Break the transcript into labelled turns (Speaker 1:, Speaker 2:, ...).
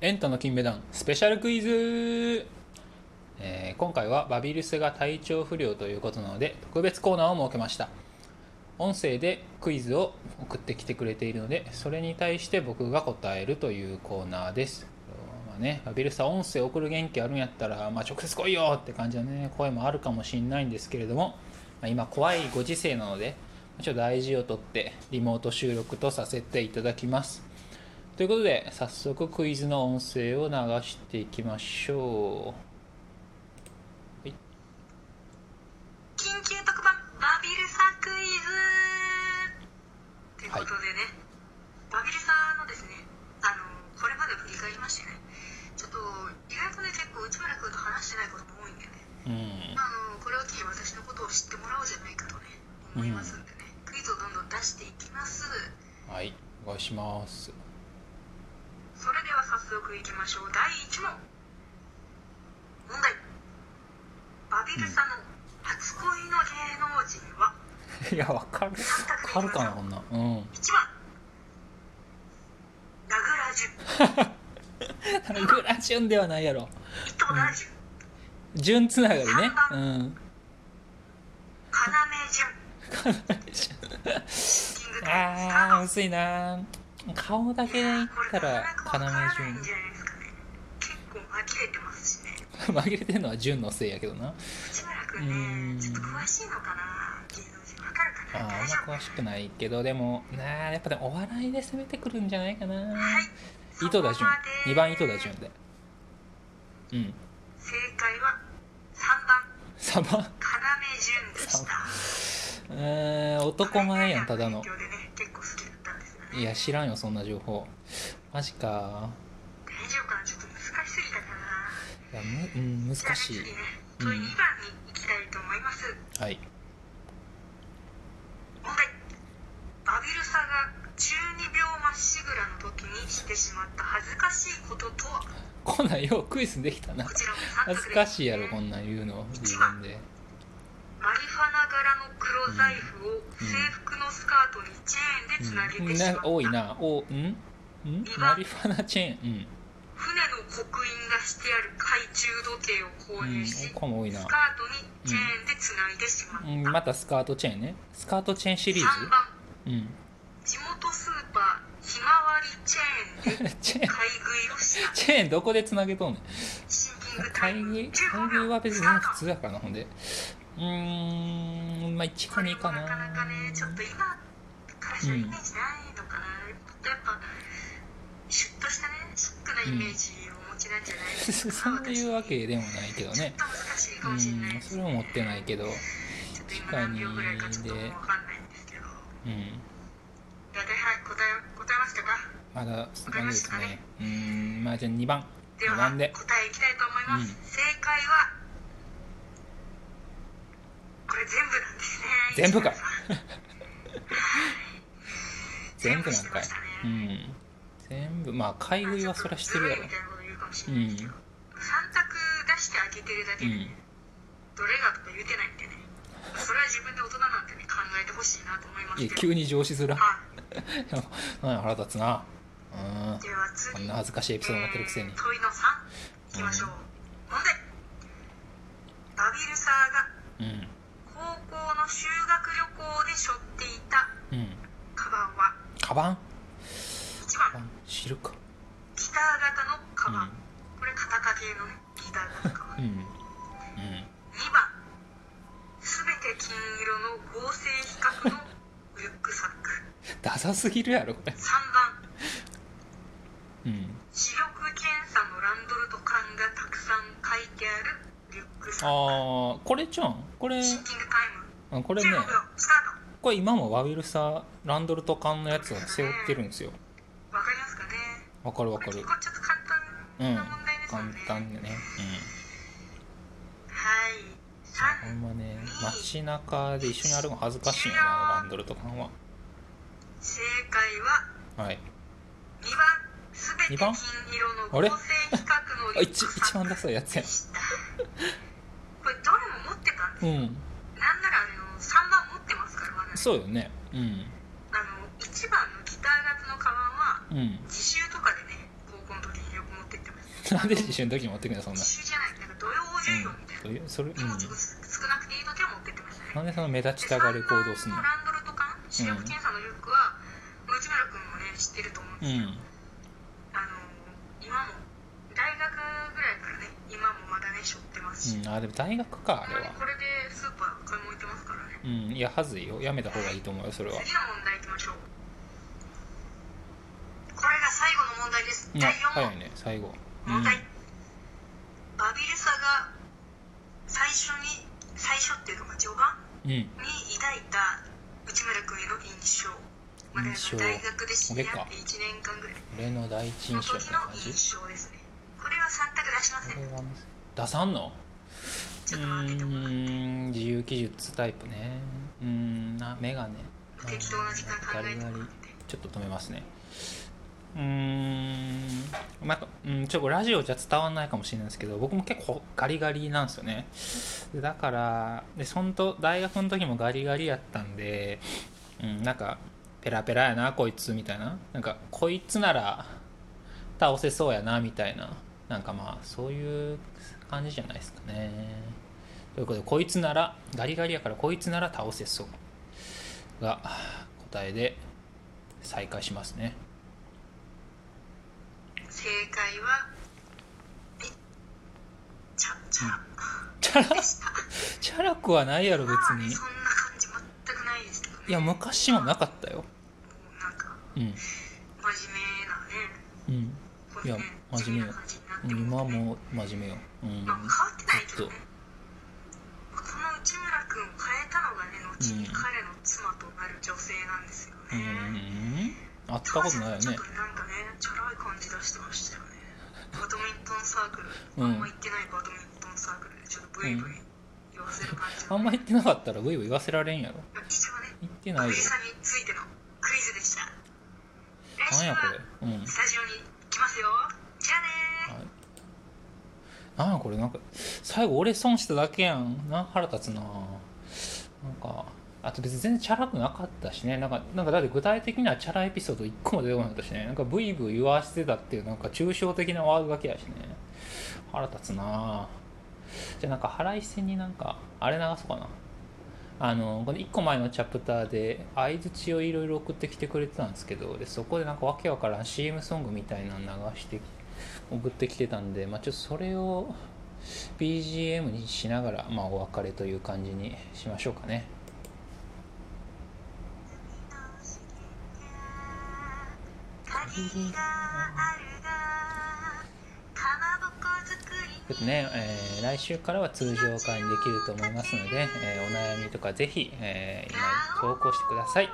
Speaker 1: エンタの金メダルスペシャルクイズ、えー今回はバビルスが体調不良ということなので特別コーナーを設けました音声でクイズを送ってきてくれているのでそれに対して僕が答えるというコーナーです、まあね、バビルスは音声送る元気あるんやったら、まあ、直接来いよって感じの、ね、声もあるかもしれないんですけれども、まあ今怖いご時世なのでちょっと大事をとってリモート収録とさせていただきますということで早速クイズの音声を流していきましょ
Speaker 2: 緊急特番バビルさんクイズということでね、バビルさんのですねあのこれまで振り返りましてねちょっと意外とね結構内村君と話してないことも多いんで
Speaker 1: う
Speaker 2: ね、
Speaker 1: うん
Speaker 2: まあ、あのこれを機に私のことを知ってもらおうじゃないかとね思いますんでね、クイズをどんどん出していきます
Speaker 1: はいお願いします
Speaker 2: それでは早速いきましょう第1問問題バビルさんの初恋の芸能人は、
Speaker 1: いやわかるわかるかなこんなんうん
Speaker 2: 1番名倉淳
Speaker 1: グラチュンではないやろ
Speaker 2: 伊藤大淳
Speaker 1: 順つながりねうん
Speaker 2: 要潤
Speaker 1: あ
Speaker 2: キングタイムスタ
Speaker 1: ー
Speaker 2: ート
Speaker 1: 薄いな顔だけ言っ
Speaker 2: これ
Speaker 1: た
Speaker 2: な
Speaker 1: ら
Speaker 2: かなかわからないんじゃないですかね結構呆れてますしね
Speaker 1: 要潤紛れてるのは順のせいやけどな
Speaker 2: 内村
Speaker 1: う
Speaker 2: 君
Speaker 1: ん
Speaker 2: ねちょっと詳しいのかな芸能人わかる
Speaker 1: あ
Speaker 2: か
Speaker 1: ーあ
Speaker 2: なん大丈夫
Speaker 1: ま詳しくないけどでもなあやっぱでもお笑いで攻めてくるんじゃないかな、
Speaker 2: はい
Speaker 1: 伊藤田
Speaker 2: そこ
Speaker 1: 潤2
Speaker 2: まで
Speaker 1: 番伊藤田潤でうん
Speaker 2: 正解は3番
Speaker 1: 3番
Speaker 2: 要潤でした
Speaker 1: うーん男前やんただの
Speaker 2: 影響でね結構好きだったんですよね
Speaker 1: いや知らんよそんな情報マジか
Speaker 2: 大丈夫かなちょっと難しすぎたかない
Speaker 1: やむ、うん、難
Speaker 2: じゃあね
Speaker 1: しい
Speaker 2: 次ね問い2番に行きたいと思います、
Speaker 1: はい
Speaker 2: 問題バビルサが中二病まっしぐらの時にしてしまった恥ずかしいこととは
Speaker 1: こんなんようクイズできたな
Speaker 2: こちらも3
Speaker 1: 恥ず
Speaker 2: 択
Speaker 1: か
Speaker 2: で
Speaker 1: しいやろこんなん言うの自分で
Speaker 2: マリファナ柄の黒財布を制服のスカートにチェーンでつなげ
Speaker 1: うん
Speaker 2: てしまっ
Speaker 1: な
Speaker 2: た、
Speaker 1: 多いなおんん
Speaker 2: 二番
Speaker 1: マリファナチェーン
Speaker 2: 船の刻印がしてある懐中時計を
Speaker 1: うん、う
Speaker 2: 購
Speaker 1: ん
Speaker 2: 入、し、
Speaker 1: こも多いな
Speaker 2: スカートにチェーンでつないでしまっ
Speaker 1: うん
Speaker 2: た、
Speaker 1: またスカートチェーンねスカートチェーンシリー
Speaker 2: 3番
Speaker 1: ズうん
Speaker 2: 地元スーパーひまわりチェーンで
Speaker 1: チェーン
Speaker 2: 買い食いをした
Speaker 1: チェーンどこでつなげとんねん
Speaker 2: シンキングタイ
Speaker 1: 会
Speaker 2: ム
Speaker 1: 議会
Speaker 2: 15
Speaker 1: 議
Speaker 2: 秒
Speaker 1: は別
Speaker 2: ス
Speaker 1: に
Speaker 2: タート
Speaker 1: 普通やからなほんでうーんまあ1
Speaker 2: こ
Speaker 1: か
Speaker 2: れ
Speaker 1: 2
Speaker 2: も
Speaker 1: か
Speaker 2: な
Speaker 1: な
Speaker 2: かなかねちょっと今からしかイメージないのかな、もっとやっぱシュッとしたねシックなイメージをお持ちなんじゃないですか、
Speaker 1: そういうわけ
Speaker 2: で
Speaker 1: でもないけどね
Speaker 2: ちょっと難しいか
Speaker 1: う
Speaker 2: もしれない
Speaker 1: ん
Speaker 2: です
Speaker 1: それは持ってないけど
Speaker 2: ちょっと今何秒ぐらいかちょっともう分かんないんですけど
Speaker 1: うん
Speaker 2: 大体はい答え答えましたか
Speaker 1: まだそんな感じですかねうーんまあじゃあ2番
Speaker 2: では
Speaker 1: なんで
Speaker 2: 答えいきたいと思います、
Speaker 1: う
Speaker 2: 正解はこれ全部なんですね
Speaker 1: 全部か
Speaker 2: 石村
Speaker 1: 全部なんかい
Speaker 2: さん全部してましたね
Speaker 1: うん全部まあ買い食いはそりゃしてるやろ
Speaker 2: ちょっとずるいみたいなこと言うかもしれないですけど、
Speaker 1: う
Speaker 2: 三択出してあげてるだ
Speaker 1: う
Speaker 2: けで、
Speaker 1: ん
Speaker 2: どれがとか言うてないんでねそれは自分で大人なんてね考えてほしいなと思います
Speaker 1: い
Speaker 2: け
Speaker 1: や
Speaker 2: ど
Speaker 1: 急に上司するな
Speaker 2: はい
Speaker 1: 腹立つなうん
Speaker 2: では次
Speaker 1: こんな恥ずかしいエピソード持ってるくせに
Speaker 2: えー問いの三いきましょう、問題バビルサ
Speaker 1: う
Speaker 2: ーが
Speaker 1: ん
Speaker 2: 高校の修学旅行で背負っていた
Speaker 1: うん
Speaker 2: カバンは
Speaker 1: カバン
Speaker 2: 1
Speaker 1: カバ
Speaker 2: 番
Speaker 1: ン知るか
Speaker 2: ギター型のカ
Speaker 1: う
Speaker 2: バン、これ肩掛けのねギター型のカバン
Speaker 1: んうんうん
Speaker 2: 2番すべて金色の合成比較のリュックサック
Speaker 1: ダサすぎるやろこれ
Speaker 2: 3番
Speaker 1: うん
Speaker 2: 視力検査のランドルと缶がたくさん書いてあるリュックサッ
Speaker 1: ああこれちゃんこれ
Speaker 2: クシンキングタイム
Speaker 1: あこれね
Speaker 2: 15秒スタート
Speaker 1: これ今もワビルサランドルト缶のやつを背負ってるんですよ
Speaker 2: わかりますかね
Speaker 1: わかるわ
Speaker 2: こ
Speaker 1: か
Speaker 2: れ
Speaker 1: る
Speaker 2: 結構ちょっと簡単
Speaker 1: うん
Speaker 2: な問題ですよ
Speaker 1: 簡
Speaker 2: ね、
Speaker 1: 単でね
Speaker 2: はい
Speaker 1: うんほ
Speaker 2: 3
Speaker 1: んまね街中で一緒に歩くの恥ずかしいよなランドルト缶は
Speaker 2: 正解は
Speaker 1: はい
Speaker 2: 2番すべて
Speaker 1: 二
Speaker 2: 金
Speaker 1: 番
Speaker 2: 色の
Speaker 1: あれ
Speaker 2: 合成比較の
Speaker 1: あ
Speaker 2: リュッ
Speaker 1: 一
Speaker 2: ク
Speaker 1: 一
Speaker 2: サッ
Speaker 1: 番
Speaker 2: ク
Speaker 1: ダサいやつや
Speaker 2: でしたこれどれも持ってたんです
Speaker 1: う
Speaker 2: よ、
Speaker 1: ん
Speaker 2: なんならあの3番持ってますから我々
Speaker 1: そうよねうん
Speaker 2: あの1番のギター型のカバンは
Speaker 1: うん
Speaker 2: 自習とかでね高校の時によく持って
Speaker 1: なんで思春の時に持ってくのそんな
Speaker 2: 一、周じゃないなんか土曜王子理論みたいな
Speaker 1: うん、どういうそれ、うん、
Speaker 2: 荷物少なくていい時は持ってってましたね
Speaker 1: なんでその目立ちたがる行動すんの
Speaker 2: でランドルト缶視力検査のリュックは、内村君もね知ってると思う
Speaker 1: う
Speaker 2: んで
Speaker 1: ん
Speaker 2: すよ、あの今も大学ぐらいからね今もまだね背負ってます
Speaker 1: う
Speaker 2: し、
Speaker 1: ん、あでも大学かあれは
Speaker 2: これでスーパー買い物行ってますからね
Speaker 1: うんいやはずいよやめた方がいいと思うよそれは
Speaker 2: 次の問題行きましょうこれが最後の問題です
Speaker 1: いや
Speaker 2: 第4
Speaker 1: 早
Speaker 2: 問
Speaker 1: いね最後う
Speaker 2: 問
Speaker 1: ん
Speaker 2: 題、バビルサが最初に最初っていうかまあ序盤
Speaker 1: うん
Speaker 2: に抱いた内村君への印象まあ大
Speaker 1: 印象
Speaker 2: 学で知り合って1年間ぐらい
Speaker 1: 俺の第一
Speaker 2: その
Speaker 1: 印象み
Speaker 2: 時
Speaker 1: たいな
Speaker 2: の
Speaker 1: 感じ
Speaker 2: 印象ですねこれは3択出しませ
Speaker 1: こ
Speaker 2: ん
Speaker 1: れはむず出さんのう
Speaker 2: ちょっと待っててもらって
Speaker 1: ーん自由記述タイプねうーんなメガネ
Speaker 2: 適当な時間考えてもらって
Speaker 1: ちょっと止めますねうーんまあうんちょっとラジオじゃ伝わんないかもしれないですけど僕も結構ガリガリなんですよねでだからでそんと大学の時もガリガリやったんで、うん、なんかペラペラやなこいつみたいななんかこいつなら倒せそうやなみたいななんかまあそういう感じじゃないですかねということでこいつならガリガリやからこいつなら倒せそうが答えで再開しますね
Speaker 2: 正解はえチャチャラ
Speaker 1: チャラ
Speaker 2: でした
Speaker 1: チャラくはないやろ別
Speaker 2: まあね
Speaker 1: に
Speaker 2: そんな感じ全くないですけどね
Speaker 1: いや昔もなかったよ
Speaker 2: もうなんか
Speaker 1: うん
Speaker 2: 真面目な
Speaker 1: う
Speaker 2: ね
Speaker 1: ん
Speaker 2: こ
Speaker 1: いや
Speaker 2: ね
Speaker 1: 真面目よ
Speaker 2: 感じになって
Speaker 1: うん今
Speaker 2: ま
Speaker 1: は
Speaker 2: すね
Speaker 1: もう真面目ようん
Speaker 2: まあ、変わってないけ
Speaker 1: ずっ
Speaker 2: ど
Speaker 1: と
Speaker 2: ねこの内村君を変えたのがね後に彼の妻となる女性なんですよ
Speaker 1: う
Speaker 2: ね、
Speaker 1: ん会ったことないよ
Speaker 2: ちょっ
Speaker 1: ね
Speaker 2: となんかねチャラい感じ出してましたよねバドミントンサークル、
Speaker 1: うん
Speaker 2: あんま行ってないバドミントンサークルでちょっとブイブイ言わせる感じ
Speaker 1: あ
Speaker 2: の、
Speaker 1: んま言ってなかったらブイブイ言わせられんやろ
Speaker 2: 以上ね
Speaker 1: 言って
Speaker 2: バ
Speaker 1: ないよ
Speaker 2: ビルさんについてのクイズでした来
Speaker 1: なん
Speaker 2: 週
Speaker 1: やこ
Speaker 2: は
Speaker 1: れうん
Speaker 2: スタジオに来ますよじゃあねー
Speaker 1: はいなんやこれなんか最後俺損しただけやんな腹立つななんかあと別に全然チャラくなかったしねなんかなんかだって具体的にはチャラエピソード1個も出てこなかったしねなんかブイブイ言わせてたっていうなんか抽象的なワードだけやしね腹立つなじゃあなんか腹いせになんかあれ流そうかなあのこの1個前のチャプターで相づちをいろいろ送ってきてくれてたんですけどでそこでなんかわけわからん CM ソングみたいなの流してき送ってきてたんで、まあ、ちょっとそれを BGM にしながら、まあ、お別れという感じにしましょうかね。
Speaker 2: 鍵があるがかまぼこ
Speaker 1: ち
Speaker 2: 作
Speaker 1: ょっと
Speaker 2: りに
Speaker 1: ね、えー来週からは通常会にできると思いますので、えーお悩みとかぜひ、えー、今投稿してください。